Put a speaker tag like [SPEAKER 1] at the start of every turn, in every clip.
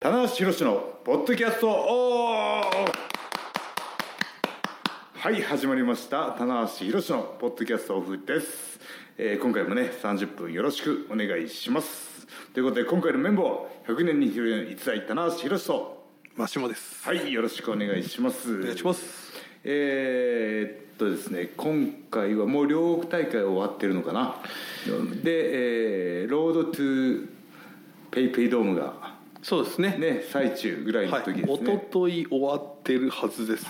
[SPEAKER 1] ーすひろしのポッドキャストオフはい始まりました棚橋ひろしのポッドキャストオフです、えー今回もね30分よろしくお願いしますということで今回のメンバーは100年に一人の逸材棚橋ひろしと
[SPEAKER 2] マシモです。
[SPEAKER 1] はいよろしくお願いしますお
[SPEAKER 2] お願いします。
[SPEAKER 1] えーっとですね今回はもう両国大会終わってるのかなで、えーロードトゥペイペイドームが
[SPEAKER 2] そうですね。
[SPEAKER 1] ね最中ぐらいの
[SPEAKER 2] はい。
[SPEAKER 1] 時です
[SPEAKER 2] 一
[SPEAKER 1] ね,、
[SPEAKER 2] 昨日終わってるはずですね。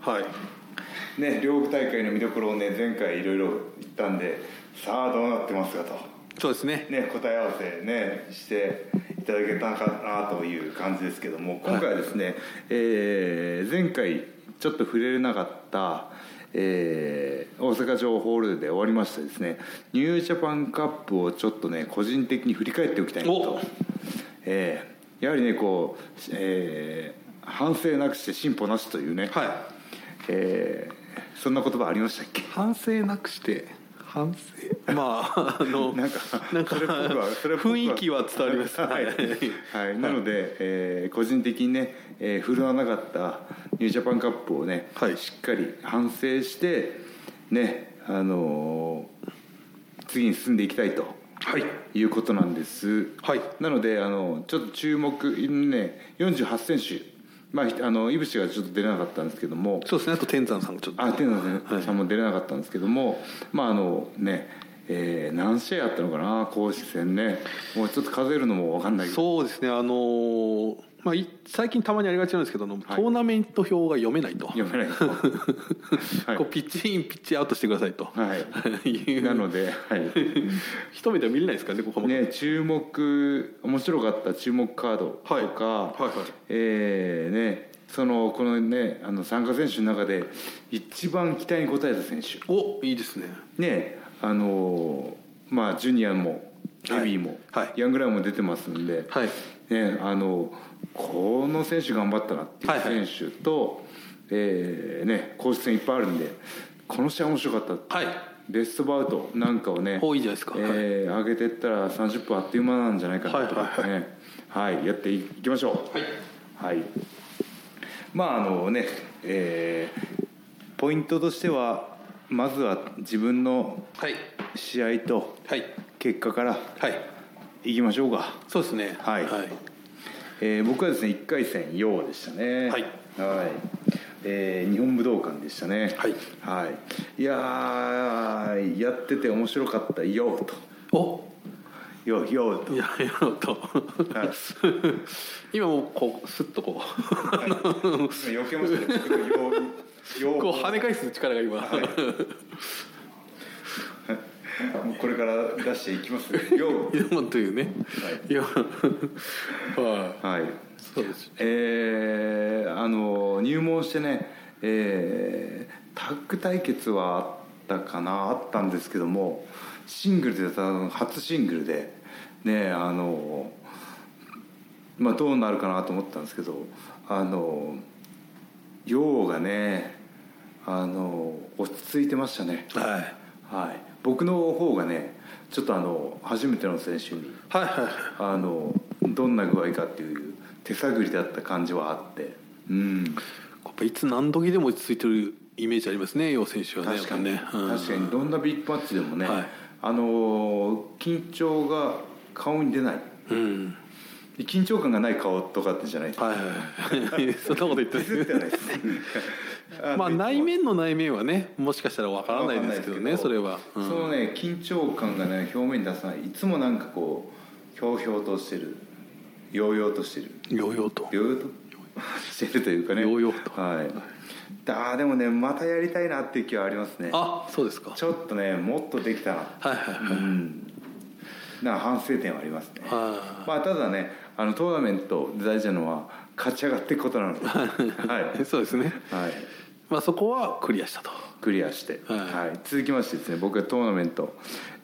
[SPEAKER 1] は
[SPEAKER 2] はいい。
[SPEAKER 1] ね両国大会の見どころをね前回いろいろ言ったんでさあどうなってますかと、
[SPEAKER 2] そうですね。
[SPEAKER 1] ね、答え合わせねしていただけたかなという感じですけども今回はですね、えー前回ちょっと触れれなかった、えー大阪城ホールで終わりましたですねニュージャパンカップをちょっとね個人的に振り返っておきたいなと
[SPEAKER 2] お、
[SPEAKER 1] えーやはりねこう、えー反省なくして進歩なしというね、
[SPEAKER 2] はい。
[SPEAKER 1] えーそんな言葉ありましたっけ
[SPEAKER 2] 反省なくして反省。まああの
[SPEAKER 1] なんか
[SPEAKER 2] なんか
[SPEAKER 1] それっぽくはそれっぽく
[SPEAKER 2] 雰囲気は伝わりま す。
[SPEAKER 1] はい、はい、なので、えー個人的にね、えー振るわなかったニュージャパンカップをね、
[SPEAKER 2] はい
[SPEAKER 1] しっかり反省してねあのー次に進んでいきたいと
[SPEAKER 2] はい。
[SPEAKER 1] いうことなんです
[SPEAKER 2] はい
[SPEAKER 1] なのであのちょっと注目ね48選手まあひあの井渕がちょっと出れなかったんですけども
[SPEAKER 2] そうですね。あと天山さんがちょっと。
[SPEAKER 1] あ天野さんも出れなかったんですけども、まああのね、えー何試合あったのかな公式戦ねもうちょっと数えるのも分かんないけど
[SPEAKER 2] そうですね。あのーまあい最近たまにありがちなんですけどあの、トーナメント表が読めないと。
[SPEAKER 1] 読めないですはい
[SPEAKER 2] こうピッチインピッチアウトしてくださいと。
[SPEAKER 1] はい
[SPEAKER 2] いう
[SPEAKER 1] なので、はい
[SPEAKER 2] 一目では見れないですからねここも。
[SPEAKER 1] ね、注目面白かった注目カードとか、
[SPEAKER 2] はいはいはい
[SPEAKER 1] えーね、そのこのねあの参加選手の中で一番期待に応えた選手
[SPEAKER 2] おいいですね。
[SPEAKER 1] ねあのーまあジュニアもヘビーも、
[SPEAKER 2] はいはい
[SPEAKER 1] ヤングライオンも出てますんで、
[SPEAKER 2] はい
[SPEAKER 1] ね、あのこの選手頑張ったなって
[SPEAKER 2] はいはい
[SPEAKER 1] いう選手と、えーね、公式戦いっぱいあるんでこの試合面白かった、
[SPEAKER 2] はい
[SPEAKER 1] ベストバウトなんかをね
[SPEAKER 2] おいいじゃないですか
[SPEAKER 1] えー上げていったら30分あっという間なんじゃないかなと
[SPEAKER 2] はいはい
[SPEAKER 1] ねはい、やっていきましょう。
[SPEAKER 2] はい
[SPEAKER 1] はい、まああのね、えーポイントとしてはまずは自分の
[SPEAKER 2] はい
[SPEAKER 1] 試合と
[SPEAKER 2] はい
[SPEAKER 1] 結果から
[SPEAKER 2] はい
[SPEAKER 1] いきましょうか。
[SPEAKER 2] そうですね
[SPEAKER 1] はい
[SPEAKER 2] はい
[SPEAKER 1] えー僕はですね1回戦陽でしたね
[SPEAKER 2] はい
[SPEAKER 1] はいえー日本武道館でしたね
[SPEAKER 2] はい、
[SPEAKER 1] はい、いやーやってて面白かったよと
[SPEAKER 2] お
[SPEAKER 1] よよと
[SPEAKER 2] いややろうと
[SPEAKER 1] はい
[SPEAKER 2] 今もうこうスッとこ う
[SPEAKER 1] 避けましたね僕のよよ
[SPEAKER 2] こう跳ね返す力が今
[SPEAKER 1] もうこれから出していきますねよ
[SPEAKER 2] いやもうというねいや は
[SPEAKER 1] はい
[SPEAKER 2] いそうです
[SPEAKER 1] えーあの入門してね、えータッグ対決はあったかなあったんですけどもシングルで初シングルでねあのまあどうなるかなと思ったんですけどあの陽がねあの落ち着いてましたね、
[SPEAKER 2] はいはい
[SPEAKER 1] はい、僕の方がねちょっとあの初めての選手に
[SPEAKER 2] は
[SPEAKER 1] あのどんな具合かっていう手探りだった感じはあってうん
[SPEAKER 2] いやっぱいつ何時でも落ち着いてるイメージありますね楊選手はね
[SPEAKER 1] 確かに、
[SPEAKER 2] やっぱねうん
[SPEAKER 1] 確かにどんなビッグマッチでもね、
[SPEAKER 2] はい
[SPEAKER 1] あの緊張が顔に出ない
[SPEAKER 2] うん
[SPEAKER 1] 緊張感がない顔とかってじゃないですか
[SPEAKER 2] はいはいはい そんなこと言って
[SPEAKER 1] ディスってはない です
[SPEAKER 2] まあ内面の内面はねもしかしたらわからないですけどねそれは、うん
[SPEAKER 1] そのね緊張感がね表面に出さないいつもなんかこうひょうひょうとしてるようようとしてる
[SPEAKER 2] ヨーヨーと
[SPEAKER 1] ヨーヨーとしてるというかね
[SPEAKER 2] ヨーヨー
[SPEAKER 1] とはいあーでもねまたやりたいなっていう気はありますね
[SPEAKER 2] あそうですか
[SPEAKER 1] ちょっとねもっとできたな
[SPEAKER 2] はいはいはい
[SPEAKER 1] うんなんか反省点はありますね
[SPEAKER 2] あ
[SPEAKER 1] まあただねあのトーナメントで大事なのは勝ち上がっていくことなのではい
[SPEAKER 2] ー そうですね
[SPEAKER 1] はい
[SPEAKER 2] まあそこはクリアしたと
[SPEAKER 1] クリアして、
[SPEAKER 2] はい
[SPEAKER 1] はい、続きましてですね僕はトーナメント、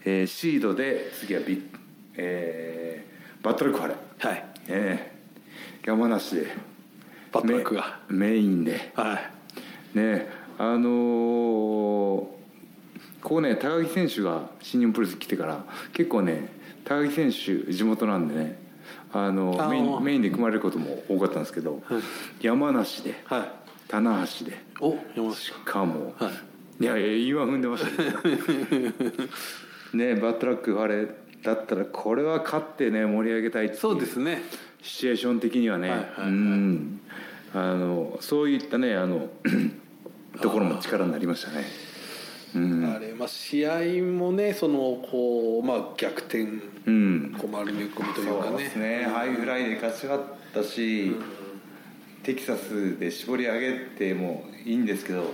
[SPEAKER 1] えーシードで次はビッ、えーバトルコアレ
[SPEAKER 2] はい
[SPEAKER 1] ええ山梨で
[SPEAKER 2] バットラックが
[SPEAKER 1] メメインで
[SPEAKER 2] はい
[SPEAKER 1] ねあのーここね高木選手が新日本プロレス来てから結構ね高木選手地元なんでねあの
[SPEAKER 2] あー
[SPEAKER 1] メインメインで組まれることも多かったんですけど、
[SPEAKER 2] はい
[SPEAKER 1] 山梨で
[SPEAKER 2] はい
[SPEAKER 1] 棚橋で
[SPEAKER 2] お山梨
[SPEAKER 1] しかも、、
[SPEAKER 2] はい
[SPEAKER 1] やいや今踏んでましたねね バットラックあれだったらこれは勝ってね盛り上げたいってい
[SPEAKER 2] そうですね
[SPEAKER 1] シチュエーション的にはね、
[SPEAKER 2] はいはいはい
[SPEAKER 1] うんあのそういったねあのところも力になりましたね。うん
[SPEAKER 2] あれまあ試合もねそのこうまあ逆転
[SPEAKER 1] うん、
[SPEAKER 2] こう丸め込みというか
[SPEAKER 1] そう
[SPEAKER 2] ね
[SPEAKER 1] ですね、ハイフライで勝ち上がったし、テキサスで絞り上げてもいいんですけど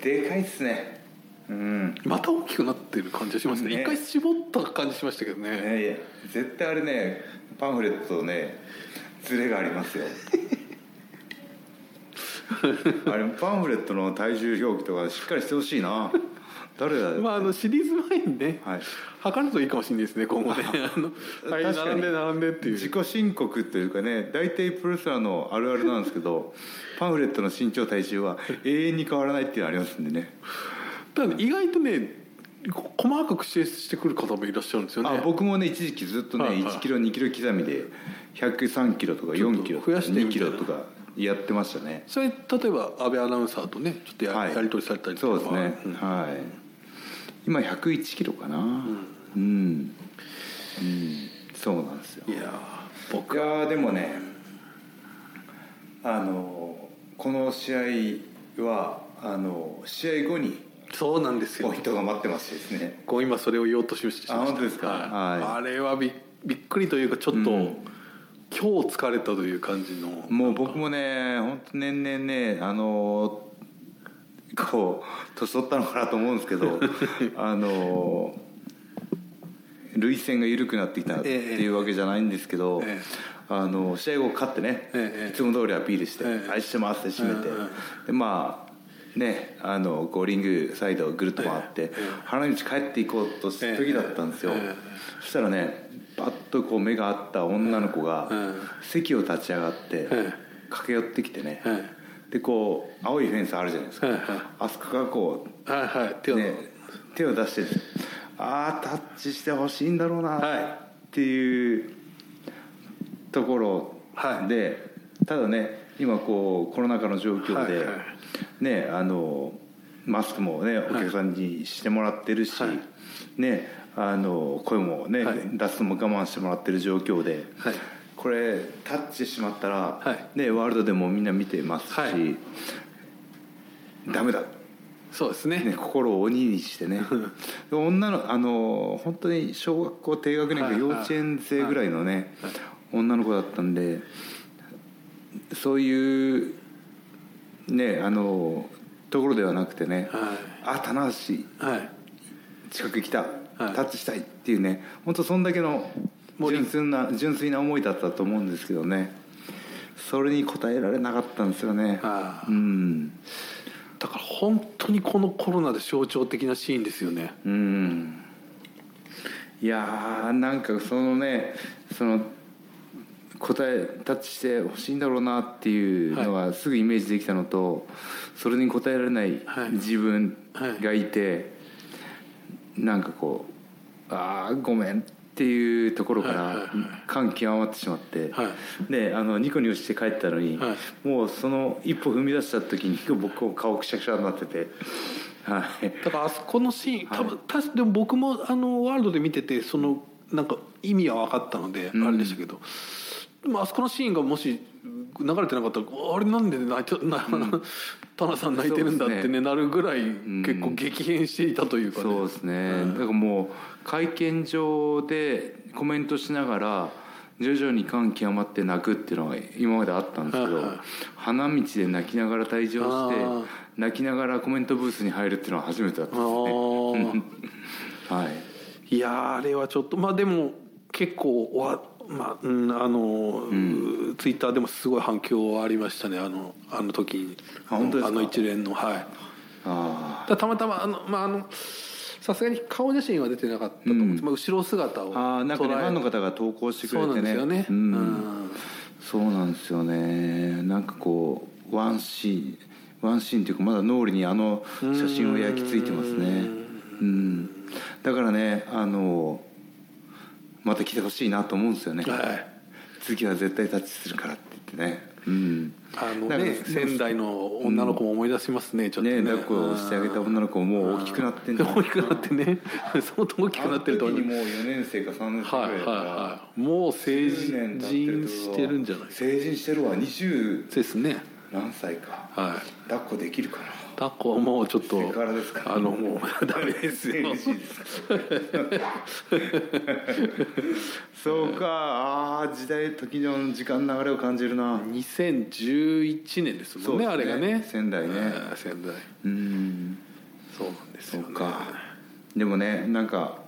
[SPEAKER 1] でかいっすねうん
[SPEAKER 2] また大きくなってる感じがしますね
[SPEAKER 1] ね
[SPEAKER 2] 一回絞った感じしましたけど
[SPEAKER 1] い
[SPEAKER 2] ね
[SPEAKER 1] やいや絶対あれねパンフレットとねズレがあります よあれパンフレットの体重表記とかしっかりしてほしいな誰だよ、
[SPEAKER 2] まああのシリーズ前にね、
[SPEAKER 1] はい
[SPEAKER 2] 測るといいかもしれないですね今後 ねあのはい
[SPEAKER 1] 確か
[SPEAKER 2] 並
[SPEAKER 1] に
[SPEAKER 2] んで並んでっていう
[SPEAKER 1] 自己申告というかね大体プロレスラーのあるあるなんですけ どパンフレットの身長体重は永遠に変わらないっていうのありますんでね
[SPEAKER 2] ただね意外とねこ細かく指定してくる方もいらっしゃるんですよね
[SPEAKER 1] あ僕もね一時期ずっとね
[SPEAKER 2] はいはい
[SPEAKER 1] 1キロ2キロ刻みで103キロとか4キロとか
[SPEAKER 2] ちょっと増やしてみたい
[SPEAKER 1] 2
[SPEAKER 2] な
[SPEAKER 1] キロとかやってましたね
[SPEAKER 2] それ例えば安倍アナウンサーとねちょっとや,、
[SPEAKER 1] はい
[SPEAKER 2] やり取りされたり
[SPEAKER 1] そ
[SPEAKER 2] と
[SPEAKER 1] う
[SPEAKER 2] か
[SPEAKER 1] ですね
[SPEAKER 2] うん
[SPEAKER 1] はい今101キロかなうん、うんそうなんですよ
[SPEAKER 2] いやー
[SPEAKER 1] い
[SPEAKER 2] 僕
[SPEAKER 1] やーでもねあのこの試合はあの試合後に
[SPEAKER 2] そうなんですよ
[SPEAKER 1] ポイントが待ってましてですね
[SPEAKER 2] こう今それを言おうとしました
[SPEAKER 1] あ本当ですか
[SPEAKER 2] はい
[SPEAKER 1] はい
[SPEAKER 2] あれはびびっくりというかちょっと、
[SPEAKER 1] うん
[SPEAKER 2] 今日疲れたという感じの
[SPEAKER 1] もう僕もね本当年々ねあのこう年取ったのかなと思うんですけ どあの涙腺が緩くなってきたっていうわけじゃないんですけど、
[SPEAKER 2] ええ
[SPEAKER 1] あの試合後勝ってね、
[SPEAKER 2] ええ
[SPEAKER 1] いつも通りアピールして「
[SPEAKER 2] ええ
[SPEAKER 1] 愛してます」って締めて、
[SPEAKER 2] うんうん
[SPEAKER 1] でまあねあのこうリングサイドをぐるっと回って、花道帰っていこうとした時だったんですよ、
[SPEAKER 2] ええ
[SPEAKER 1] そしたらねバッとこう目が合った女の子が、
[SPEAKER 2] ええ
[SPEAKER 1] 席を立ち上がって
[SPEAKER 2] え
[SPEAKER 1] 駆け寄ってきてね、
[SPEAKER 2] え
[SPEAKER 1] でこう青いフェンスあるじゃないですか、
[SPEAKER 2] ええ
[SPEAKER 1] あそこからこ
[SPEAKER 2] はいはい手
[SPEAKER 1] う、
[SPEAKER 2] を、
[SPEAKER 1] ね、手を出してああタッチしてほしいんだろうな
[SPEAKER 2] はい
[SPEAKER 1] っていうところ
[SPEAKER 2] はい
[SPEAKER 1] で、ただね今こうコロナ禍の状況で、
[SPEAKER 2] はいは
[SPEAKER 1] ねあのマスクもねお客さんにしてもらってるし、
[SPEAKER 2] はい
[SPEAKER 1] ねあの声もね、
[SPEAKER 2] はい
[SPEAKER 1] 出すのも我慢してもらってる状況で。
[SPEAKER 2] はい
[SPEAKER 1] これタッチしてしまったら、
[SPEAKER 2] は
[SPEAKER 1] ね、ワールドでもみんな見てますし、
[SPEAKER 2] はい
[SPEAKER 1] ダメだ、ね、
[SPEAKER 2] そうですね
[SPEAKER 1] 心を鬼にして ね女のあの本当に小学校低学年か
[SPEAKER 2] はい
[SPEAKER 1] 幼稚園生ぐらいのね、女の子だったんでそういうねあのところではなくてね、
[SPEAKER 2] は
[SPEAKER 1] あ棚橋
[SPEAKER 2] いはい
[SPEAKER 1] 近く来た、
[SPEAKER 2] はい
[SPEAKER 1] タッチしたいっていうね本当そんだけの
[SPEAKER 2] もう
[SPEAKER 1] 純粋な純粋な思いだったと思うんですけどねそれに応えられなかったんですよね
[SPEAKER 2] ああ
[SPEAKER 1] うん
[SPEAKER 2] だから本当にこのコロナで象徴的なシーンですよね
[SPEAKER 1] うんいやーなんかそのねその答えタッチしてほしいんだろうなっていうのはすぐイメージできたのと、それに応えられない
[SPEAKER 2] はい
[SPEAKER 1] 自分がいて、なんかこうああごめんっていうところか
[SPEAKER 2] はいは
[SPEAKER 1] ら
[SPEAKER 2] いはい
[SPEAKER 1] 感極まってしまって、
[SPEAKER 2] は
[SPEAKER 1] であのニコニコして帰ったのに、
[SPEAKER 2] は
[SPEAKER 1] もうその一歩踏み出した時に僕顔くしゃくしゃになっててはい。
[SPEAKER 2] だからあそこのシーン
[SPEAKER 1] はい
[SPEAKER 2] 多分、たしでも僕もあのワールドで見ててそのなんか意味は分かったので、
[SPEAKER 1] ん
[SPEAKER 2] あれでしたけどでもあそこのシーンがもし流れてなかったらあれなんで泣いてな、 タナさん泣いてるんだって
[SPEAKER 1] そうで
[SPEAKER 2] ねなるぐらい結構激変していたというかね、
[SPEAKER 1] そうですね、だからもう会見上でコメントしながら徐々に感極まって泣くっていうのが今まであったんですけど、
[SPEAKER 2] はいはい
[SPEAKER 1] 花道で泣きながら退場して
[SPEAKER 2] あー
[SPEAKER 1] 泣きながらコメントブースに入るっていうのは初めてだったんですね
[SPEAKER 2] ああ
[SPEAKER 1] はい
[SPEAKER 2] いやーあれはちょっとまあでも結構わまあ、うん、あのー、ツイッターでもすごい反響はありましたねあのあの時に
[SPEAKER 1] あ本当ですか
[SPEAKER 2] の一連のはい
[SPEAKER 1] あ
[SPEAKER 2] だたまたまあのまああのさすがに顔写真は出てなかったと思うんです、まあ、後ろ姿を
[SPEAKER 1] ーあーなんかね
[SPEAKER 2] 捉え
[SPEAKER 1] ファンの方が投稿してくれ
[SPEAKER 2] そうな
[SPEAKER 1] て
[SPEAKER 2] んで
[SPEAKER 1] ね
[SPEAKER 2] すよね、
[SPEAKER 1] うん
[SPEAKER 2] うん
[SPEAKER 1] そうなんですよねなんかこうワンシーンワンシーンというかまだ脳裏にあの写真は焼き付いてますねうんだからねあのまた来てほしいなと思うんですよね、
[SPEAKER 2] はい
[SPEAKER 1] 次は絶対タッチするからって言ってねうん
[SPEAKER 2] あの
[SPEAKER 1] なんか
[SPEAKER 2] ね仙台の女の子も思い出しますね、ちょっと
[SPEAKER 1] ね
[SPEAKER 2] ね
[SPEAKER 1] 抱っこしてあげた女の子ももう大きくなってんだ
[SPEAKER 2] 大きくなっ てね相当大きくなってると
[SPEAKER 1] あの
[SPEAKER 2] 思
[SPEAKER 1] 時
[SPEAKER 2] う
[SPEAKER 1] にもう4年生か3年生
[SPEAKER 2] はい
[SPEAKER 1] く
[SPEAKER 2] はい
[SPEAKER 1] らいだから、
[SPEAKER 2] はいもう成人してるんじゃないですか
[SPEAKER 1] 成人してるわ20
[SPEAKER 2] ですね
[SPEAKER 1] 何歳か
[SPEAKER 2] はい
[SPEAKER 1] 抱っこできるかな
[SPEAKER 2] タコはもうちょっと
[SPEAKER 1] セクハラですか
[SPEAKER 2] あのもうダメですよ
[SPEAKER 1] NG ですかそうかあー時代時の時間の流れを感じるな
[SPEAKER 2] 2011年ですもんね
[SPEAKER 1] そう
[SPEAKER 2] あ
[SPEAKER 1] で
[SPEAKER 2] れ
[SPEAKER 1] すね
[SPEAKER 2] がね
[SPEAKER 1] 仙台ね
[SPEAKER 2] うん仙台
[SPEAKER 1] うん
[SPEAKER 2] そうなんです
[SPEAKER 1] そ
[SPEAKER 2] よ、
[SPEAKER 1] う
[SPEAKER 2] ね、
[SPEAKER 1] かでもねなんか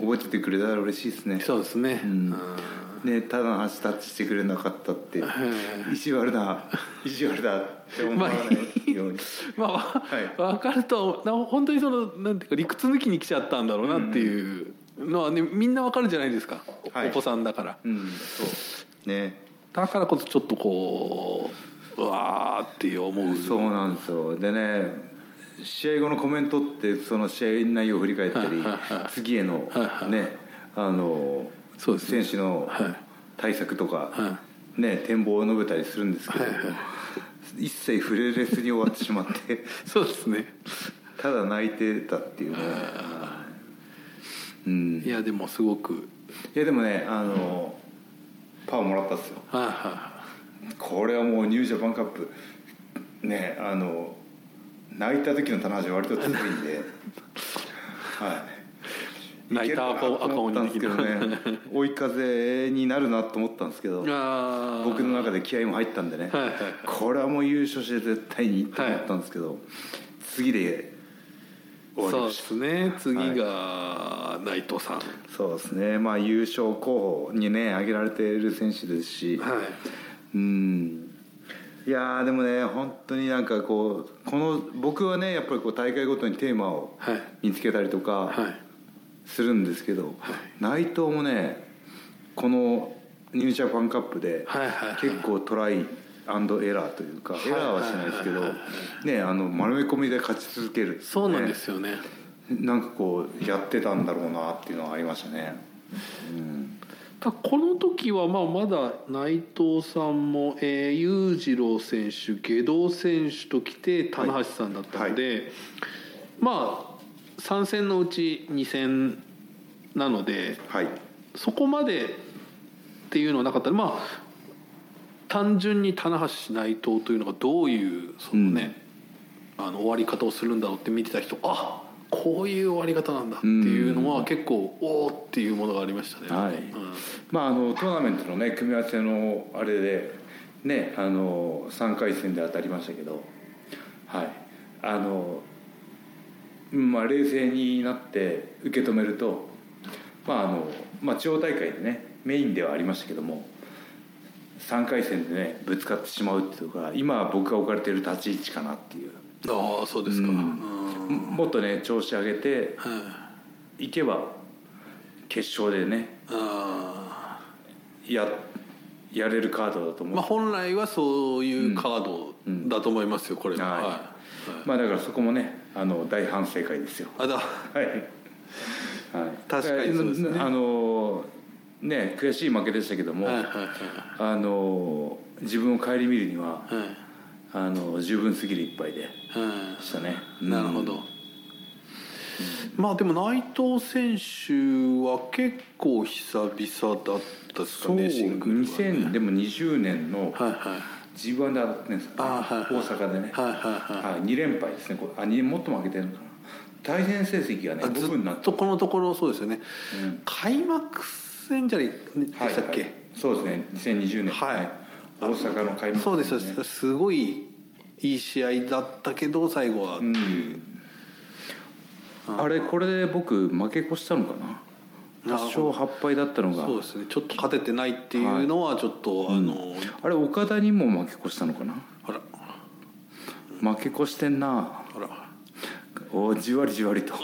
[SPEAKER 1] 覚えててくれたら嬉しいですね
[SPEAKER 2] そうですね、
[SPEAKER 1] ん
[SPEAKER 2] あ
[SPEAKER 1] ねただの足タッチしてくれなかったって意地悪だ意地悪だって思わないように
[SPEAKER 2] ーまあ、
[SPEAKER 1] はい
[SPEAKER 2] わ分かるとな本当にそのなんていうか理屈抜きに来ちゃったんだろうなっていうのはねみんなわかるじゃないですか、お
[SPEAKER 1] はい
[SPEAKER 2] お子さんだから
[SPEAKER 1] うんそうね
[SPEAKER 2] だからこそちょっとこううわーって思う
[SPEAKER 1] そうなんですよでね試合後のコメントってその試合内容を振り返った り次へのねあの
[SPEAKER 2] そうですね
[SPEAKER 1] 選手の
[SPEAKER 2] はい
[SPEAKER 1] 対策とか
[SPEAKER 2] は
[SPEAKER 1] ね展望を述べたりするんですけど
[SPEAKER 2] はいは
[SPEAKER 1] 一切触れれずに終わってしまって
[SPEAKER 2] そうですね
[SPEAKER 1] ただ泣いてたっていうねうん
[SPEAKER 2] いやでもすごく
[SPEAKER 1] いやでもねあのパワーもらったんですよ
[SPEAKER 2] はいは
[SPEAKER 1] これはもうニュージャパンカップねあの泣いた時の棚橋割と強いんで はい
[SPEAKER 2] 泣いた赤
[SPEAKER 1] けるかなと思ったんですけど
[SPEAKER 2] 赤鬼
[SPEAKER 1] ね追い風になるなと思ったんですけど
[SPEAKER 2] いあー
[SPEAKER 1] 僕の中で気合も入ったんでね、
[SPEAKER 2] はいはい
[SPEAKER 1] これはもう優勝して絶対にと思ったんですけど、次で終わり
[SPEAKER 2] そう
[SPEAKER 1] ま
[SPEAKER 2] で
[SPEAKER 1] した
[SPEAKER 2] すね次が内藤さん、
[SPEAKER 1] そうですねまあ優勝候補にね挙げられている選手ですし、
[SPEAKER 2] はい
[SPEAKER 1] うんいやーでもね本当になんかこうこの僕はねやっぱりこう大会ごとにテーマを
[SPEAKER 2] はい
[SPEAKER 1] 見つけたりと
[SPEAKER 2] は
[SPEAKER 1] か
[SPEAKER 2] い
[SPEAKER 1] するんですけど、内藤もねこのニュージャパンカップで
[SPEAKER 2] はいはいはい
[SPEAKER 1] 結構トライアンドエラーというか、エラーはしないですけど、ね、あの丸め込みで勝ち続ける、
[SPEAKER 2] そうなんですよね
[SPEAKER 1] ねなんかこうやってたんだろうなっていうのはありましたね、うん、
[SPEAKER 2] ただこの時はまあまだ内藤さんも、えー裕次郎選手下道選手ときて棚橋さんだったので、まあ3戦のうち2戦なので
[SPEAKER 1] はい
[SPEAKER 2] そこまでっていうのはなかったまあ単純に棚橋内藤というのがどういうそのね、あの終わり方をするんだろうって見てた人あこういう終わり方なんだっていうのは結構、おおっていうものがありましたね。
[SPEAKER 1] はい
[SPEAKER 2] うん
[SPEAKER 1] まあ、あのトーナメントの、ね、組み合わせのあれで、ね、あの3回戦で当たりましたけど、はいあのうんまあ、冷静になって受け止めると、まああのまあ、地方大会でねメインではありましたけども3回戦でねぶつかってしまうっていうのが今僕が置かれている立ち位置かなっていう、
[SPEAKER 2] ああそうですか、
[SPEAKER 1] うん
[SPEAKER 2] うん
[SPEAKER 1] もっとね調子上げて
[SPEAKER 2] あ
[SPEAKER 1] いけば決勝でね
[SPEAKER 2] あ
[SPEAKER 1] ややれるカードだと思う
[SPEAKER 2] まあ本来はそういうカードだと思いますよ、これは、
[SPEAKER 1] はい
[SPEAKER 2] はい
[SPEAKER 1] まあだからそこもねあの大反省会 ですよ
[SPEAKER 2] あだ
[SPEAKER 1] はい、はい、
[SPEAKER 2] 確かにそうですね
[SPEAKER 1] あのね悔しい負けでしたけども、
[SPEAKER 2] はいはいはい
[SPEAKER 1] あの自分を顧みるには
[SPEAKER 2] はい
[SPEAKER 1] あの十分すぎる一杯で
[SPEAKER 2] はい
[SPEAKER 1] したね、
[SPEAKER 2] なるほど、まあでも内藤選手は結構久々だったです
[SPEAKER 1] そ
[SPEAKER 2] か
[SPEAKER 1] う
[SPEAKER 2] ねシングルは
[SPEAKER 1] 2000でも20年の
[SPEAKER 2] はいはい
[SPEAKER 1] G1 で当たってんですよね
[SPEAKER 2] あはいはい
[SPEAKER 1] 大阪でね、
[SPEAKER 2] はいはいはい
[SPEAKER 1] はい、2連敗ですねこれあにもっと負けてるのかな対戦成績がね
[SPEAKER 2] あ
[SPEAKER 1] 五
[SPEAKER 2] ず
[SPEAKER 1] 分になっ
[SPEAKER 2] ってとこのところそうですよね、
[SPEAKER 1] うん
[SPEAKER 2] 開幕戦じゃないでした
[SPEAKER 1] は
[SPEAKER 2] っけ、
[SPEAKER 1] いはいそうですね2020年、
[SPEAKER 2] はい
[SPEAKER 1] 大阪の開幕、ね、
[SPEAKER 2] そうですそうですすごいいい試合だったけど最後は、
[SPEAKER 1] あれこれで僕負け越したのかな
[SPEAKER 2] なるほ
[SPEAKER 1] 8勝8敗だったのが
[SPEAKER 2] そうですねちょっと勝ててないっていうのはちょっと、あの、
[SPEAKER 1] あれ岡田にも負け越したのかな
[SPEAKER 2] あら
[SPEAKER 1] 負け越してんな
[SPEAKER 2] あら
[SPEAKER 1] おじわりじわりと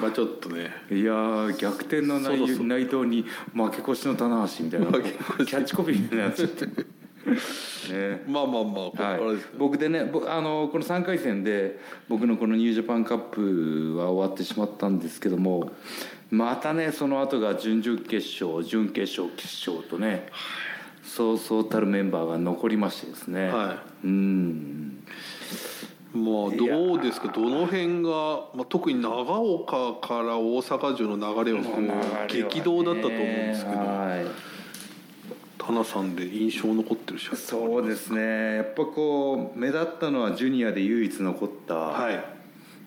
[SPEAKER 2] まあちょっとね
[SPEAKER 1] いやー逆転の内
[SPEAKER 2] そうそう
[SPEAKER 1] 内藤に負け越しの棚橋みたいなキ
[SPEAKER 2] 負け
[SPEAKER 1] ャッチコピーみたいになっちゃってね
[SPEAKER 2] まあまあまあここか
[SPEAKER 1] はい
[SPEAKER 2] らです、ね、
[SPEAKER 1] 僕でね僕あのこの3回戦で僕のこのニュージャパンカップは終わってしまったんですけどもまたねその後が準々決勝準決勝決勝とね、そうそうたるメンバーが残りましてですね、
[SPEAKER 2] は
[SPEAKER 1] うん
[SPEAKER 2] まあどうですかどの辺が、まあ、特に長岡から大阪城の流れはこう激動だったと思うんですけど、
[SPEAKER 1] はい
[SPEAKER 2] タナさんで印象残ってる試合
[SPEAKER 1] そうですねやっぱこう目立ったのはジュニアで唯一残った、
[SPEAKER 2] はい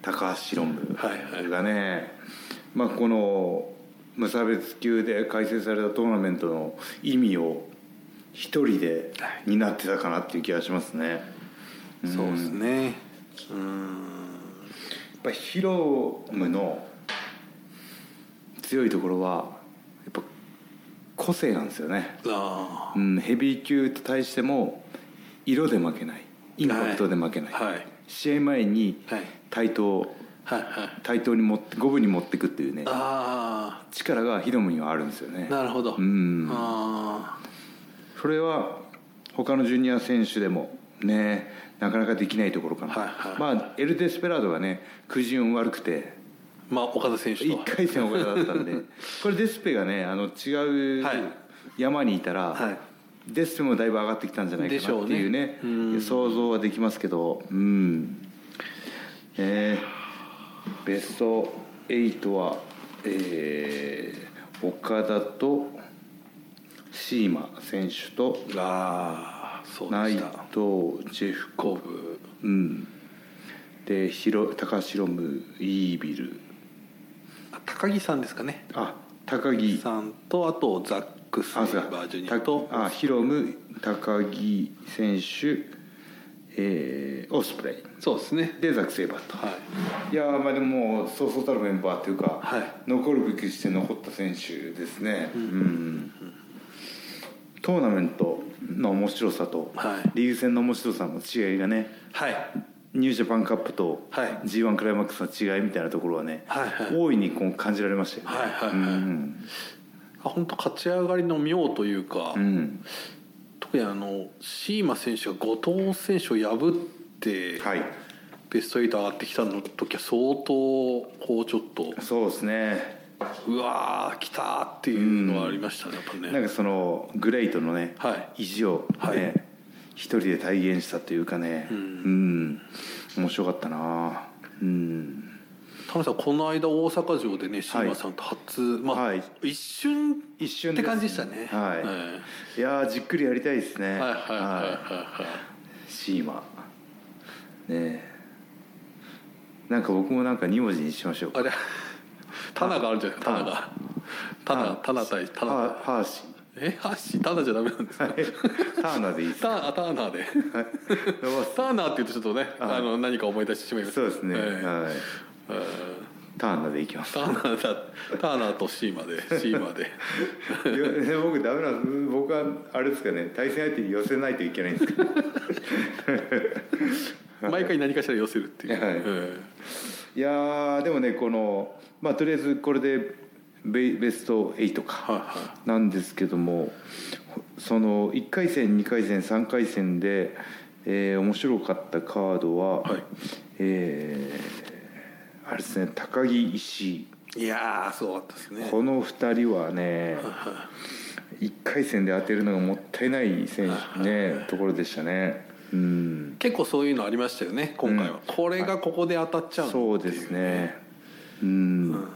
[SPEAKER 1] 高橋論文
[SPEAKER 2] はいはい
[SPEAKER 1] がね、まあ、この無差別級で開催されたトーナメントの意味を一人で担ってたかなっていう気がしますね。や
[SPEAKER 2] そうですねうん
[SPEAKER 1] っぱヒロムの強いところはやっぱ個性なんですよね、
[SPEAKER 2] あ
[SPEAKER 1] うん、ヘビー級と対しても色で負けないインパクトで負けない、
[SPEAKER 2] あはい
[SPEAKER 1] 試合前に
[SPEAKER 2] はい
[SPEAKER 1] 対等
[SPEAKER 2] はいはい
[SPEAKER 1] 対等に持って五分に持ってくっていうね
[SPEAKER 2] あ
[SPEAKER 1] 力がヒロムにはあるんですよね
[SPEAKER 2] あなるほど
[SPEAKER 1] うん
[SPEAKER 2] あ
[SPEAKER 1] それは他のジュニア選手でもねなかなかできないところかな、
[SPEAKER 2] はいはい
[SPEAKER 1] まあエル・デスペラードがねくじ運悪くて
[SPEAKER 2] あまあ岡田選手と
[SPEAKER 1] 1
[SPEAKER 2] は
[SPEAKER 1] 回戦終わりだったんで これデスペがねあの違う
[SPEAKER 2] はい
[SPEAKER 1] 山にいたら、
[SPEAKER 2] はい
[SPEAKER 1] デスペもだいぶ上がってきたんじゃないかなっていうね
[SPEAKER 2] でしょうねうん
[SPEAKER 1] 想像はできますけどうんえーベスト8は、えー岡田とシーマ選手と
[SPEAKER 2] ああそうで
[SPEAKER 1] 内
[SPEAKER 2] し
[SPEAKER 1] 藤
[SPEAKER 2] た
[SPEAKER 1] ジェフコ
[SPEAKER 2] 後部
[SPEAKER 1] うんでひろ高城ムイービル
[SPEAKER 2] あ高木さんですかね
[SPEAKER 1] あ高木
[SPEAKER 2] さんとあとザックス
[SPEAKER 1] あ
[SPEAKER 2] イ
[SPEAKER 1] そう
[SPEAKER 2] バ
[SPEAKER 1] か
[SPEAKER 2] ージュニアと
[SPEAKER 1] たあヒロム高木選手、えーオスプレイ
[SPEAKER 2] そうですね
[SPEAKER 1] でザック・セイバーと
[SPEAKER 2] はい
[SPEAKER 1] いやーまあでももうそうそうたるメンバーというか、
[SPEAKER 2] はい
[SPEAKER 1] 残るべきして残った選手ですねうん、トーナメントの面白さと、
[SPEAKER 2] はい
[SPEAKER 1] リーグ戦の面白さの違いがね
[SPEAKER 2] はい
[SPEAKER 1] ニュージャパンカップと
[SPEAKER 2] はい
[SPEAKER 1] g 1クライマックスの違いみたいなところはね、
[SPEAKER 2] はいはい
[SPEAKER 1] 大いにこう感じられましたよね、
[SPEAKER 2] はいはい
[SPEAKER 1] う
[SPEAKER 2] はい
[SPEAKER 1] ん
[SPEAKER 2] あ本当勝ち上がりの妙というか、
[SPEAKER 1] うん
[SPEAKER 2] 特にあのシーマ選手が後藤選手を破って、
[SPEAKER 1] はい
[SPEAKER 2] ベスト8上がってきたの時は相当こうちょっと
[SPEAKER 1] そうですね
[SPEAKER 2] うわー来たーっていうのはありましたねやっぱね
[SPEAKER 1] なんかそのグレイトのね、
[SPEAKER 2] は
[SPEAKER 1] 意地をね、
[SPEAKER 2] はい
[SPEAKER 1] 一人で体現したというかね、うん、面白かったな、うん、
[SPEAKER 2] 田村さんこの間大阪城でねシーマさんと初、まあ、
[SPEAKER 1] はい
[SPEAKER 2] 一瞬
[SPEAKER 1] 一瞬
[SPEAKER 2] っ
[SPEAKER 1] で
[SPEAKER 2] て
[SPEAKER 1] す
[SPEAKER 2] 感じでしたね
[SPEAKER 1] はいいやーじっくりやりたいですね、
[SPEAKER 2] はいはいはいはいはい
[SPEAKER 1] いシーマねえなんか僕もなんか2文字にしましょうか
[SPEAKER 2] あれ棚があるじゃないですか棚が棚棚対
[SPEAKER 1] ハ
[SPEAKER 2] 棚
[SPEAKER 1] ーハーシ
[SPEAKER 2] え ハッシー棚じゃダメなんですか
[SPEAKER 1] ーターナーでいいです
[SPEAKER 2] ターあターナーで ターナーって言うとちょっとねあの何か思い出してしまいます
[SPEAKER 1] そうですね、
[SPEAKER 2] ええ
[SPEAKER 1] はい、
[SPEAKER 2] ええ
[SPEAKER 1] ターナーでいきます
[SPEAKER 2] ターナーだターナーとシー マでシーマで
[SPEAKER 1] いや僕ダメなんです僕はあれですかね対戦相手に寄せないといけないんですけど
[SPEAKER 2] 毎回何かしら寄せるっていう、
[SPEAKER 1] はい
[SPEAKER 2] え
[SPEAKER 1] いやーでもねこのまあとりあえずこれでベベスト8
[SPEAKER 2] えはい
[SPEAKER 1] か
[SPEAKER 2] は
[SPEAKER 1] なんですけどもその1回戦2回戦3回戦で、えー面白かったカードは、
[SPEAKER 2] はい
[SPEAKER 1] えーあれですね高木石井
[SPEAKER 2] い、いやーすごかったですね
[SPEAKER 1] この2人はね1回戦で当てるのがもったいない選手ねところでしたねうん
[SPEAKER 2] 結構そういうのありましたよね今回は、これがここで当たっちゃうってい
[SPEAKER 1] そうですねうん、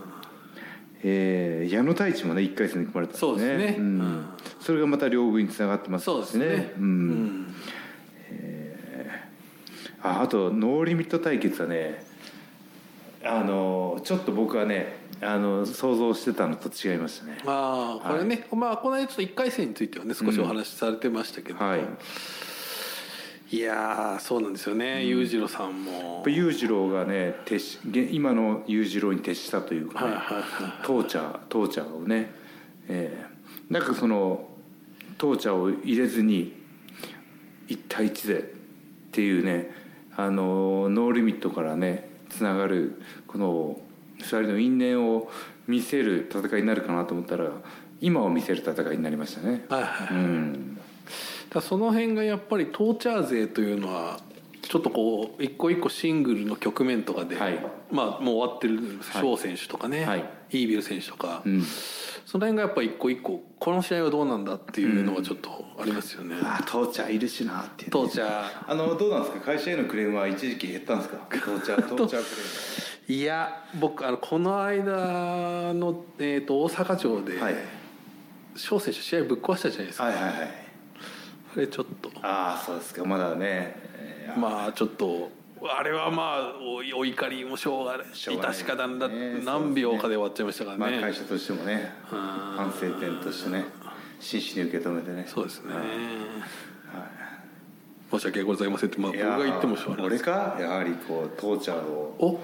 [SPEAKER 1] えー矢野太一もね1回戦で組まれたん
[SPEAKER 2] そうですね
[SPEAKER 1] うん
[SPEAKER 2] うん
[SPEAKER 1] それがまた両軍につながってますし
[SPEAKER 2] そうですね
[SPEAKER 1] うんえーああとノーリミット対決はねあのちょっと僕はねあの想像してたのと違いましたね
[SPEAKER 2] ああこれね、まあこの間ちょっと1回戦についてはね少しお話しされてましたけど、
[SPEAKER 1] はいや
[SPEAKER 2] い、やーそうなんですよね裕次郎さんも
[SPEAKER 1] っぱ裕次郎がね徹し現今の裕次郎に徹したというかね、
[SPEAKER 2] はいはいはい
[SPEAKER 1] トーチャートーチャーをね、えーなんかそのトーチャーを入れずに1対1でっていうねあのーノーリミットからねつながるこの2人の因縁を見せる戦いになるかなと思ったら今を見せる戦いになりましたね。
[SPEAKER 2] はいはい
[SPEAKER 1] うん、
[SPEAKER 2] だからその辺がやっぱりトーチャー勢というのはちょっとこう一個一個シングルの局面とかで、
[SPEAKER 1] はい
[SPEAKER 2] まあもう終わってる翔選手とかね、
[SPEAKER 1] はい
[SPEAKER 2] イービル選手とか、
[SPEAKER 1] うん
[SPEAKER 2] その辺がやっぱ一個一個この試合はどうなんだっていうのがちょっとありますよね。
[SPEAKER 1] あー父ちゃんいるしなっていうね、
[SPEAKER 2] 当時は
[SPEAKER 1] あのどうなんですか会社へのクレームは一時期減ったん ですか父ちゃん父ちゃんクレ
[SPEAKER 2] いや僕あのこの間の、えー、と大阪城で
[SPEAKER 1] ームはい
[SPEAKER 2] 翔、選手試合ぶっ壊したじゃないですか、
[SPEAKER 1] はいはいはい
[SPEAKER 2] あれちょっと
[SPEAKER 1] ああそうですかまだね、えー
[SPEAKER 2] まあちょっとあれはまあおお怒りもしょうがない
[SPEAKER 1] しょうがない
[SPEAKER 2] 致し方だ
[SPEAKER 1] ね
[SPEAKER 2] 何秒かで終わっちゃいましたから
[SPEAKER 1] まあ、
[SPEAKER 2] ね
[SPEAKER 1] 会社としてもね
[SPEAKER 2] うん
[SPEAKER 1] 反省点としてね真摯に受け止めてね
[SPEAKER 2] そうですね、申し訳ございませんって、まあ、
[SPEAKER 1] い
[SPEAKER 2] 僕
[SPEAKER 1] やー
[SPEAKER 2] が言ってもしょうがない
[SPEAKER 1] 俺かやはりこう父ちゃんを
[SPEAKER 2] お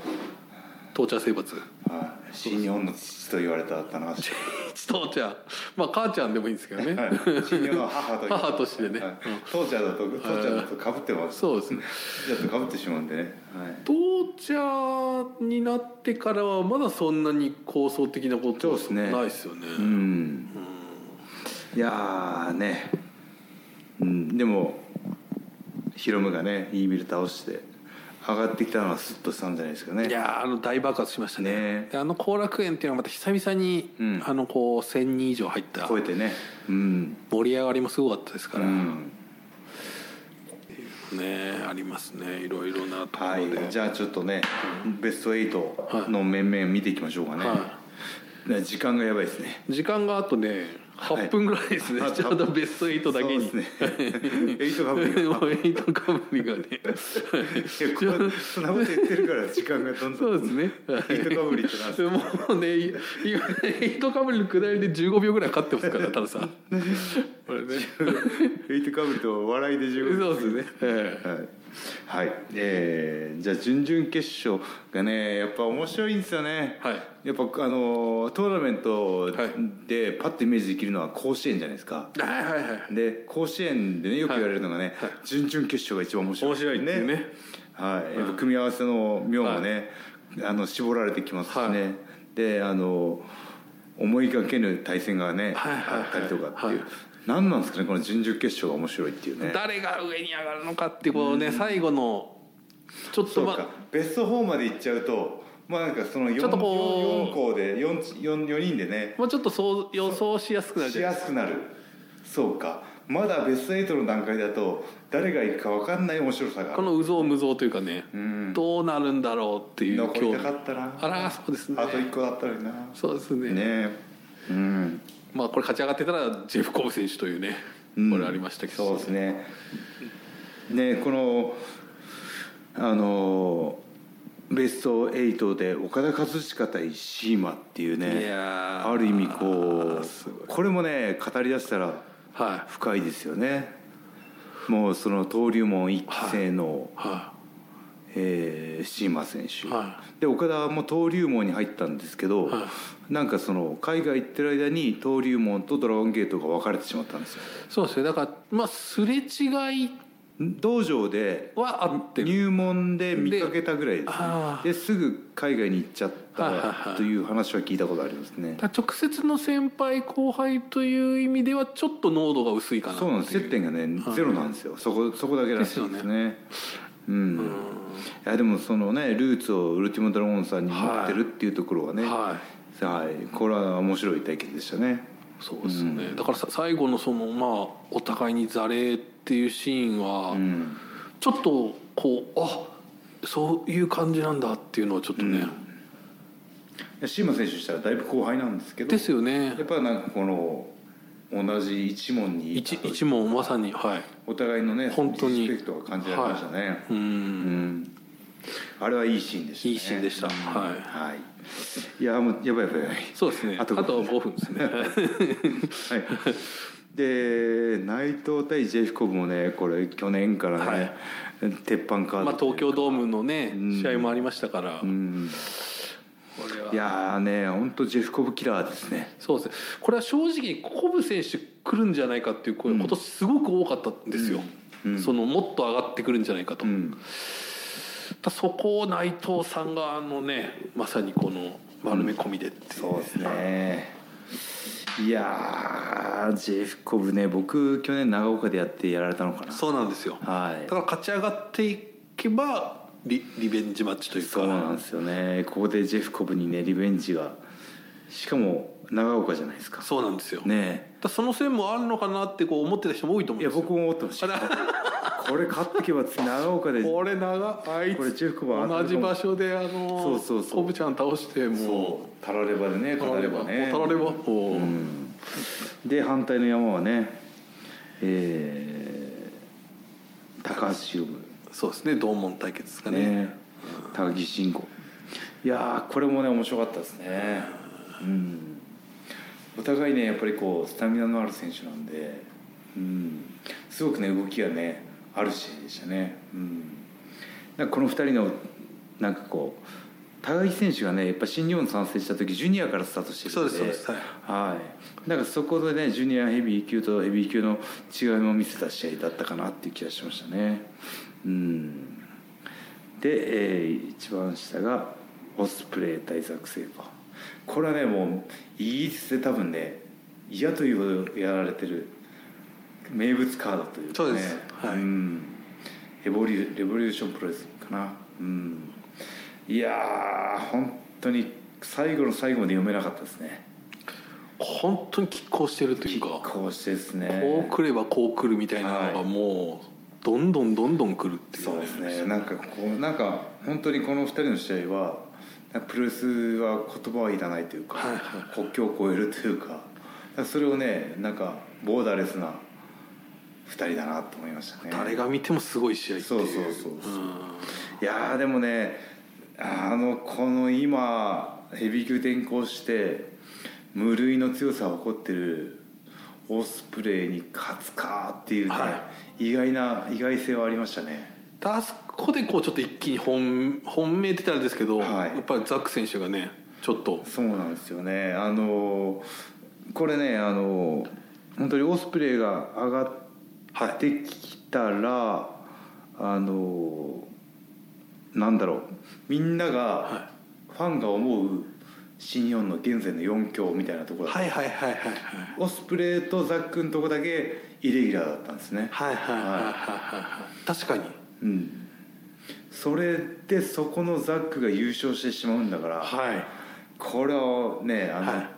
[SPEAKER 2] 父ちゃん征伐
[SPEAKER 1] はい新日本の父と言われた田中氏
[SPEAKER 2] 父ちゃんまあ母ちゃんでもいいんですけどね、
[SPEAKER 1] はい新日本の母と
[SPEAKER 2] 母としてね
[SPEAKER 1] はい父ちゃんだと父ちゃんだとかぶってます
[SPEAKER 2] そうですね
[SPEAKER 1] 父ちゃんとかぶってしまうんでね、はい
[SPEAKER 2] 父ちゃんになってからはまだそんなに構想的なこ
[SPEAKER 1] そ
[SPEAKER 2] と
[SPEAKER 1] うですね
[SPEAKER 2] ないですよね
[SPEAKER 1] うんいやーね、うん、でもヒロムがねイービル倒して上がってきたのはスッとしたんじゃないですかね
[SPEAKER 2] いやーあの大爆発しましたね
[SPEAKER 1] ね
[SPEAKER 2] であの後楽園っていうのはまた久々に、
[SPEAKER 1] うん
[SPEAKER 2] あのこう1000人以上入った
[SPEAKER 1] 超えてねうん、
[SPEAKER 2] 盛り上がりもすごかったですか
[SPEAKER 1] う
[SPEAKER 2] ら、
[SPEAKER 1] ん、
[SPEAKER 2] ねありますねいろいろなところ
[SPEAKER 1] は
[SPEAKER 2] で、
[SPEAKER 1] いじゃあちょっとねベスト8の面々見ていきましょうかね、
[SPEAKER 2] は
[SPEAKER 1] ね時間がやばいですね
[SPEAKER 2] 時間があとね
[SPEAKER 1] い
[SPEAKER 2] 8分ぐらいですね、
[SPEAKER 1] あ
[SPEAKER 2] ちょうどベスト8だけに
[SPEAKER 1] そうですね 8かぶり が
[SPEAKER 2] もう8かぶりがね
[SPEAKER 1] いやこんそんなこと言ってるから時間がどんどん
[SPEAKER 2] そうですね
[SPEAKER 1] 8かぶりってなんですか
[SPEAKER 2] もうね今8かぶりの下りで15秒ぐらい勝ってますからたださんこれね
[SPEAKER 1] 8かぶりと笑いで十分
[SPEAKER 2] そうですね、ええ
[SPEAKER 1] はい、えーじゃあ準々決勝がねやっぱ面白いんですよね、
[SPEAKER 2] はい
[SPEAKER 1] やっぱあのートーナメントでパッとイメージできるのは甲子園じゃないですか、
[SPEAKER 2] はいはいはい
[SPEAKER 1] で甲子園でねよく言われるのがね、準々決勝が一番面白い
[SPEAKER 2] 面白いっていうね
[SPEAKER 1] はい、やっぱ組み合わせの妙もね、あの絞られてきますしね、
[SPEAKER 2] はい
[SPEAKER 1] であの思いがけぬ対戦がね、
[SPEAKER 2] はいはいはい
[SPEAKER 1] あったりとかっていう、
[SPEAKER 2] はい
[SPEAKER 1] 何なんですかねこの準々決勝が面白いっていうね
[SPEAKER 2] 誰が上に上がるのかってこうね最後のちょっと
[SPEAKER 1] そう
[SPEAKER 2] ま
[SPEAKER 1] か、ベスト4まで行っちゃうとまあなんかその 4,
[SPEAKER 2] ちょっとこ
[SPEAKER 1] 4
[SPEAKER 2] う
[SPEAKER 1] 校で 4, 4, 4人でね
[SPEAKER 2] もうちょっとそう予想しやすくなる
[SPEAKER 1] し
[SPEAKER 2] じゃ
[SPEAKER 1] やすくなるそうかまだベスト8の段階だと誰が行くか分かんない面白さがあ
[SPEAKER 2] こ
[SPEAKER 1] る
[SPEAKER 2] の有象無象というかね、
[SPEAKER 1] うん
[SPEAKER 2] どうなるんだろうっていう
[SPEAKER 1] 残りた
[SPEAKER 2] 日
[SPEAKER 1] かったな
[SPEAKER 2] あらそうですね
[SPEAKER 1] あと1個だったのにな
[SPEAKER 2] そうですね
[SPEAKER 1] ねうん
[SPEAKER 2] まあこれ勝ち上がってたらジェフコブ選手というね、
[SPEAKER 1] うん
[SPEAKER 2] これありましたけど
[SPEAKER 1] そうですねねこのあのベスト8で岡田和親対シーマっていうね
[SPEAKER 2] いやー
[SPEAKER 1] ある意味こ
[SPEAKER 2] すごいう
[SPEAKER 1] これもね語り出したら
[SPEAKER 2] は
[SPEAKER 1] 深いですよねもうその登竜門一期生の、
[SPEAKER 2] いは
[SPEAKER 1] えーシーマ選手、
[SPEAKER 2] は
[SPEAKER 1] で岡田も登竜門に入ったんですけど、
[SPEAKER 2] は
[SPEAKER 1] なんかその海外行ってる間に登竜門とドラゴンゲートが分かれてしまったんですよ
[SPEAKER 2] いそうですねだからまあすれ違い
[SPEAKER 1] 道場で
[SPEAKER 2] はあってる
[SPEAKER 1] 入門で見かけたぐらいです、ね
[SPEAKER 2] あ、ー
[SPEAKER 1] ですぐ海外に行っちゃっ
[SPEAKER 2] はいはいは
[SPEAKER 1] た
[SPEAKER 2] い
[SPEAKER 1] という話は聞いたことありますね
[SPEAKER 2] だから直接の先輩後輩という意味ではちょっと濃度が薄いかな
[SPEAKER 1] そうなんです
[SPEAKER 2] って
[SPEAKER 1] 接
[SPEAKER 2] い
[SPEAKER 1] 点がねゼロなんですよそこそこだけらしいですね
[SPEAKER 2] です
[SPEAKER 1] うん、いやでもそのねルーツをウルティマ・ドラゴンさんに持ってるっていうところはね、
[SPEAKER 2] は
[SPEAKER 1] はいこれは面白い体験でしたね
[SPEAKER 2] そうですね、だからさ最後のそのまあお互いにざれっていうシーンは、
[SPEAKER 1] うん
[SPEAKER 2] ちょっとこうあそういう感じなんだっていうのはちょっとね、
[SPEAKER 1] いやシーマ選手したらだいぶ後輩なんですけど
[SPEAKER 2] ですよ
[SPEAKER 1] やっ
[SPEAKER 2] ね
[SPEAKER 1] ぱなんかこの同じ一門にいた
[SPEAKER 2] 一一問まさにはい
[SPEAKER 1] お互いのね
[SPEAKER 2] 本当に
[SPEAKER 1] リスペクトが感じられましたね、
[SPEAKER 2] う
[SPEAKER 1] うんんあれはいいシーンでしたね
[SPEAKER 2] いいシーンでしたはい
[SPEAKER 1] はいいやもうやばいやばいやばい
[SPEAKER 2] そうですね
[SPEAKER 1] あ
[SPEAKER 2] あ
[SPEAKER 1] と
[SPEAKER 2] と
[SPEAKER 1] 5
[SPEAKER 2] 5分です ね
[SPEAKER 1] はい、で内藤対ジェフコブもねこれ去年からね、
[SPEAKER 2] はい
[SPEAKER 1] 鉄板カード、
[SPEAKER 2] まあ東京ドームのね
[SPEAKER 1] ん
[SPEAKER 2] 試合もありましたから、
[SPEAKER 1] うん
[SPEAKER 2] これはい
[SPEAKER 1] やーね本当ジェフコブキラーですね
[SPEAKER 2] そうですねこれは正直コブ選手来るんじゃないかっていう声、今年すごく多かったんですよ、そのもっと上がってくるんじゃないかと、
[SPEAKER 1] うん
[SPEAKER 2] ただそこを内藤さんがあのねまさにこの丸め込みでっていう
[SPEAKER 1] そうですねいやージェフコブね僕去年長岡でやってやられたのかな
[SPEAKER 2] そうなんですよ
[SPEAKER 1] は
[SPEAKER 2] だ
[SPEAKER 1] い
[SPEAKER 2] から勝ち上がっていけばリリベンジマッチというか
[SPEAKER 1] そうなんですよねここでジェフコブにねリベンジがしかも長岡じゃないですか
[SPEAKER 2] そうなんですよ、
[SPEAKER 1] ね
[SPEAKER 2] だからその線もあるのかなってこう思ってた人も多いと
[SPEAKER 1] えい
[SPEAKER 2] 思う
[SPEAKER 1] や
[SPEAKER 2] んですよ
[SPEAKER 1] 僕も思ってました これ勝ってけば次長岡 で
[SPEAKER 2] これ長あい
[SPEAKER 1] これジェフコブは
[SPEAKER 2] 同じ場所であの
[SPEAKER 1] そうそうそう
[SPEAKER 2] コブちゃん倒しても
[SPEAKER 1] そうたらればでね
[SPEAKER 2] う
[SPEAKER 1] 語ればね
[SPEAKER 2] たらればこう、
[SPEAKER 1] うんで反対の山はねえー高橋宏夢
[SPEAKER 2] そうですね同門対決ですかね
[SPEAKER 1] ね、高木慎吾いやーこれもね面白かったですねうんお互いねやっぱりこうスタミナのある選手なんで、うん、すごくね動きがねある試合でしたね、うん、なんかこの2人のなんかこう高木選手がねやっぱ新日本に参戦した時ジュニアからスタートしてるんで
[SPEAKER 2] そうですそうです
[SPEAKER 1] はい、なんかそこでねジュニアヘビー級とヘビー級の違いも見せた試合だったかなっていう気がしましたねうんで、えー一番下がオスプレイ対ザック・セイバーこれはねもうイギリスで多分ね嫌というほどやられてる名物カードというかね
[SPEAKER 2] そうですはい
[SPEAKER 1] うん、エボリュレボリューションプロレスかなうんいやー本当に最後の最後まで読めなかったですね
[SPEAKER 2] 本当に拮抗してるというか
[SPEAKER 1] こうしてです
[SPEAKER 2] こ
[SPEAKER 1] ね
[SPEAKER 2] う来ればこう来るみたいなの
[SPEAKER 1] は
[SPEAKER 2] が
[SPEAKER 1] い
[SPEAKER 2] もうどんどんどんどん来るっていう
[SPEAKER 1] そう
[SPEAKER 2] の
[SPEAKER 1] ですねなんかこうなんか本当にこの2人の試合はなんかプロレスは言葉はいらないというか、
[SPEAKER 2] はいはい
[SPEAKER 1] 国境を越えるというかだからそれをねなんかボーダーレスな2人だなと思いましたね
[SPEAKER 2] 誰が見てもすごい試合っていう
[SPEAKER 1] そうそうそうそうんいやーでもねあのこの今ヘビー級転向して無類の強さを誇ってるオスプレイに勝つかっていうね、
[SPEAKER 2] は
[SPEAKER 1] 意外な意外性はありましたね
[SPEAKER 2] あそこでこうちょっと一気に本本命って言ったらあれですけど、
[SPEAKER 1] はい
[SPEAKER 2] やっぱりザック選手がねちょっと
[SPEAKER 1] そうなんですよねあのこれねあの本当にオスプレイが上がってきたら、あのなんだろうみんなが
[SPEAKER 2] は
[SPEAKER 1] ファンが思う新日本の現在の4強みたいなところだった
[SPEAKER 2] はいはいはいはいはい
[SPEAKER 1] オスプレイとザックのとこだけイレギュラーだったんですね、
[SPEAKER 2] はいはいはいはい
[SPEAKER 1] は
[SPEAKER 2] はい確かに
[SPEAKER 1] うん、それでそこのザックが優勝してしまうんだから、
[SPEAKER 2] はい
[SPEAKER 1] これをねあの、
[SPEAKER 2] はい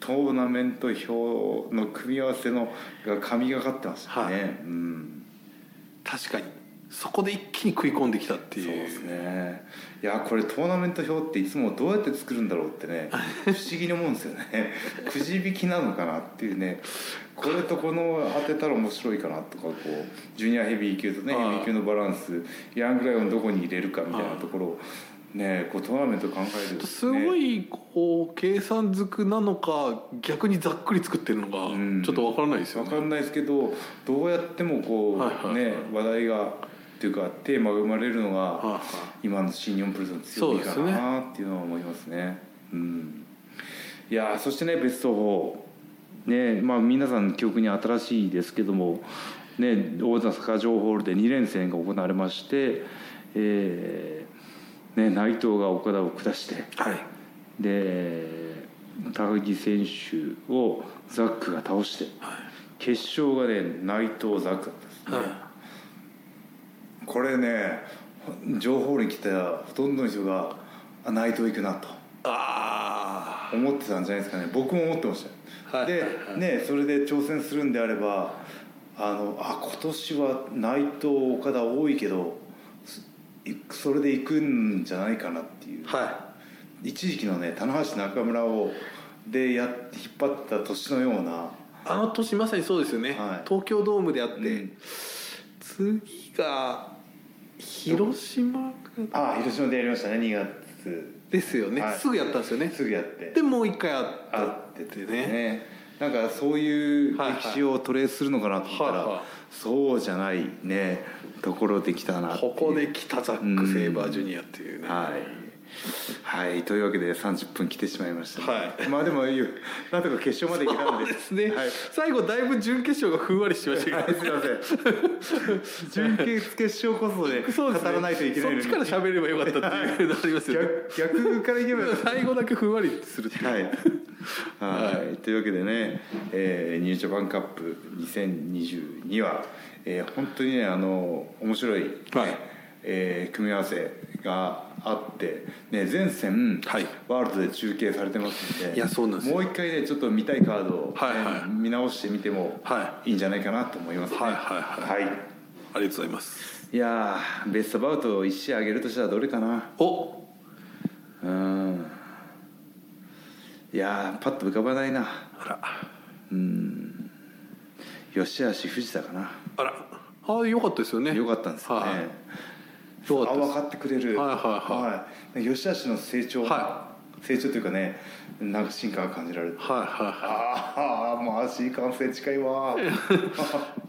[SPEAKER 1] トーナメント表の組み合わせのが神がかってましたね、
[SPEAKER 2] はい
[SPEAKER 1] うん
[SPEAKER 2] 確かにそこで一気に食い込んできたって
[SPEAKER 1] そう
[SPEAKER 2] いう
[SPEAKER 1] ですねいやこれトーナメント表っていつもどうやって作るんだろうって ね不思議に思うんですよね くじ引きなのかなっていうねこれとこの当てたら面白いかなとかこうジュニアヘビー級とねヘ
[SPEAKER 2] は
[SPEAKER 1] ビ
[SPEAKER 2] い
[SPEAKER 1] ー級のバランスヤングライオンどこに入れるかみたいなところをねこうトーナメント考えるとね
[SPEAKER 2] すごいこう計算づくなのか逆にざっくり作ってるのが
[SPEAKER 1] うん
[SPEAKER 2] ちょっとわからないですよ
[SPEAKER 1] わ
[SPEAKER 2] ね、
[SPEAKER 1] かんないですけどどうやってもこう、
[SPEAKER 2] はいはい
[SPEAKER 1] ね話題がっていうかテーマが生まれるのが、
[SPEAKER 2] はいはい
[SPEAKER 1] 今の新日本プロレスの強みか
[SPEAKER 2] そうです
[SPEAKER 1] なっていうのは思いますねうん、いやーそしてねベスト4ねまあ皆さんの記憶に新しいですけどもね大田坂城ホールで2連戦が行われましてえーね、内藤が岡田を下して
[SPEAKER 2] はい
[SPEAKER 1] で高木選手をザックが倒して決勝がね内藤ザックだったんです
[SPEAKER 2] はい、
[SPEAKER 1] これね情報に来たほとんどの人があ内藤行くなと
[SPEAKER 2] あ
[SPEAKER 1] 思ってたんじゃないですかね僕も思ってましたよ
[SPEAKER 2] はい
[SPEAKER 1] で、ね、それで挑戦するんであればあのあ今年は内藤岡田多いけどすいそれで行くんじゃないかなっていう
[SPEAKER 2] あは
[SPEAKER 1] 一時期のね棚橋中村をでや引っ張った年のようない
[SPEAKER 2] あの年まさにそうですよね、
[SPEAKER 1] はい
[SPEAKER 2] 東京ドームであって、
[SPEAKER 1] うん
[SPEAKER 2] 次が広島
[SPEAKER 1] あ広島でやりましたね2月
[SPEAKER 2] ですよね、
[SPEAKER 1] はい
[SPEAKER 2] すぐやったんですよね
[SPEAKER 1] すぐやって
[SPEAKER 2] でもう一回あった
[SPEAKER 1] あってて
[SPEAKER 2] で
[SPEAKER 1] ね
[SPEAKER 2] ね
[SPEAKER 1] なんかそういう歴史をトレースするのかなと思ったら、
[SPEAKER 2] はいはい
[SPEAKER 1] そうじゃないねところできたなっていう
[SPEAKER 2] ここで来たザック・セイバージュニアっていうね、
[SPEAKER 1] はい、はい、というわけで30分来てしまいましたね、
[SPEAKER 2] はい
[SPEAKER 1] まあでもいいよなんとか決勝まで行けたんで
[SPEAKER 2] そうですね、
[SPEAKER 1] はい
[SPEAKER 2] 最後だいぶ準決勝がふんわりしてましたけど、
[SPEAKER 1] はい、すいま せん準決決勝こそで語
[SPEAKER 2] そうですね
[SPEAKER 1] らないといけないのに
[SPEAKER 2] そっちから喋ればよかったっていうのありますよね
[SPEAKER 1] 逆逆からいけばよかった
[SPEAKER 2] 最後だけふんわりするっていう
[SPEAKER 1] はい、はい、というわけでね、えー、ニュージャパンカップ2022は、えー、本当にねあの面白い、
[SPEAKER 2] はい
[SPEAKER 1] えー組み合わせがあって、ね、全戦、
[SPEAKER 2] はい
[SPEAKER 1] ワールドで中継されてますんで
[SPEAKER 2] いやそうなんですよ
[SPEAKER 1] もう一回ねちょっと見たいカードを、
[SPEAKER 2] はいはい
[SPEAKER 1] ね見直してみても
[SPEAKER 2] はい
[SPEAKER 1] いんじゃないかなと思いますね
[SPEAKER 2] はいはい
[SPEAKER 1] はい
[SPEAKER 2] ありがとうございます
[SPEAKER 1] いやーベストバウトを1試合上げるとしたらどれかな
[SPEAKER 2] お
[SPEAKER 1] うんいやーパッと浮かばないな
[SPEAKER 2] あら
[SPEAKER 1] 吉橋藤田かな
[SPEAKER 2] あらああよかったですよね
[SPEAKER 1] 良かったんですよね、
[SPEAKER 2] はい
[SPEAKER 1] あ
[SPEAKER 2] よかったです
[SPEAKER 1] 分かってくれる
[SPEAKER 2] はいはい
[SPEAKER 1] はい吉田氏の成長、
[SPEAKER 2] は
[SPEAKER 1] 成長というかねなんか進化が感じられる
[SPEAKER 2] はいはいは
[SPEAKER 1] ああマジ完成近いわ
[SPEAKER 2] い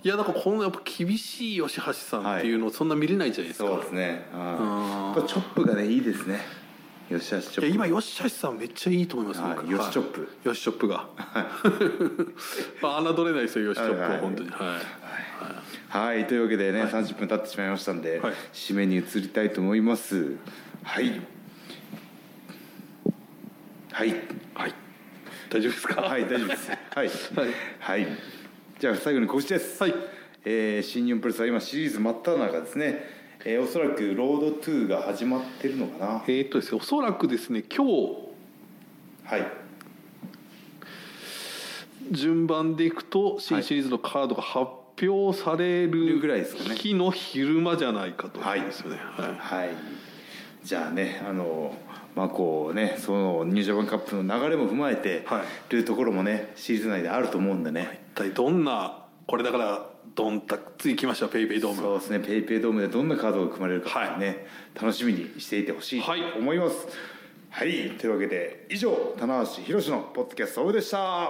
[SPEAKER 2] いやだからこのやっぱ厳しい吉橋さんっていうのそんな見れないじゃないですか、
[SPEAKER 1] そうですね
[SPEAKER 2] うん
[SPEAKER 1] はいやっぱチョップがねいいですね吉田氏チョ
[SPEAKER 2] い
[SPEAKER 1] ップ
[SPEAKER 2] や今吉橋さんめっちゃいいと思います
[SPEAKER 1] はい
[SPEAKER 2] 僕
[SPEAKER 1] ヨシチョップ
[SPEAKER 2] はいヨシチョップが まあ侮れないですよヨシチョップ
[SPEAKER 1] はいは
[SPEAKER 2] はい本当にはい
[SPEAKER 1] はいというわけでね、30分経ってしまいましたんで、
[SPEAKER 2] はい
[SPEAKER 1] 締めに移りたいと思いますはいはい
[SPEAKER 2] はい大丈夫ですか
[SPEAKER 1] はい大丈夫ですはい
[SPEAKER 2] はい
[SPEAKER 1] はい、じゃあ最後に告知です、
[SPEAKER 2] はい
[SPEAKER 1] えー新日本プロレスは今シリーズ真っ只中ですね、えーおそらく「ロードトゥー」が始まってるのかな
[SPEAKER 2] えーっとですねおそらくですね今日
[SPEAKER 1] はい
[SPEAKER 2] 順番でいくと
[SPEAKER 1] は
[SPEAKER 2] 新
[SPEAKER 1] い
[SPEAKER 2] シリーズのカードが発表され
[SPEAKER 1] る
[SPEAKER 2] る
[SPEAKER 1] ぐらいですかね
[SPEAKER 2] 日の昼間じゃないかと
[SPEAKER 1] はい
[SPEAKER 2] ですよねはい
[SPEAKER 1] はいじゃあねあのまあこうねそのニュージャパンカップの流れも踏まえて
[SPEAKER 2] はい
[SPEAKER 1] るところもねシリーズ内であると思うんでね、
[SPEAKER 2] 一体どんなこれだからどんたつい来ましたペイペイドーム
[SPEAKER 1] そうですねペイペイドームでどんなカードが組まれるかっていうね、楽しみにしていてほしいと
[SPEAKER 2] はい
[SPEAKER 1] 思いますはい、というわけで以上棚橋宏のポッドキャストオブでした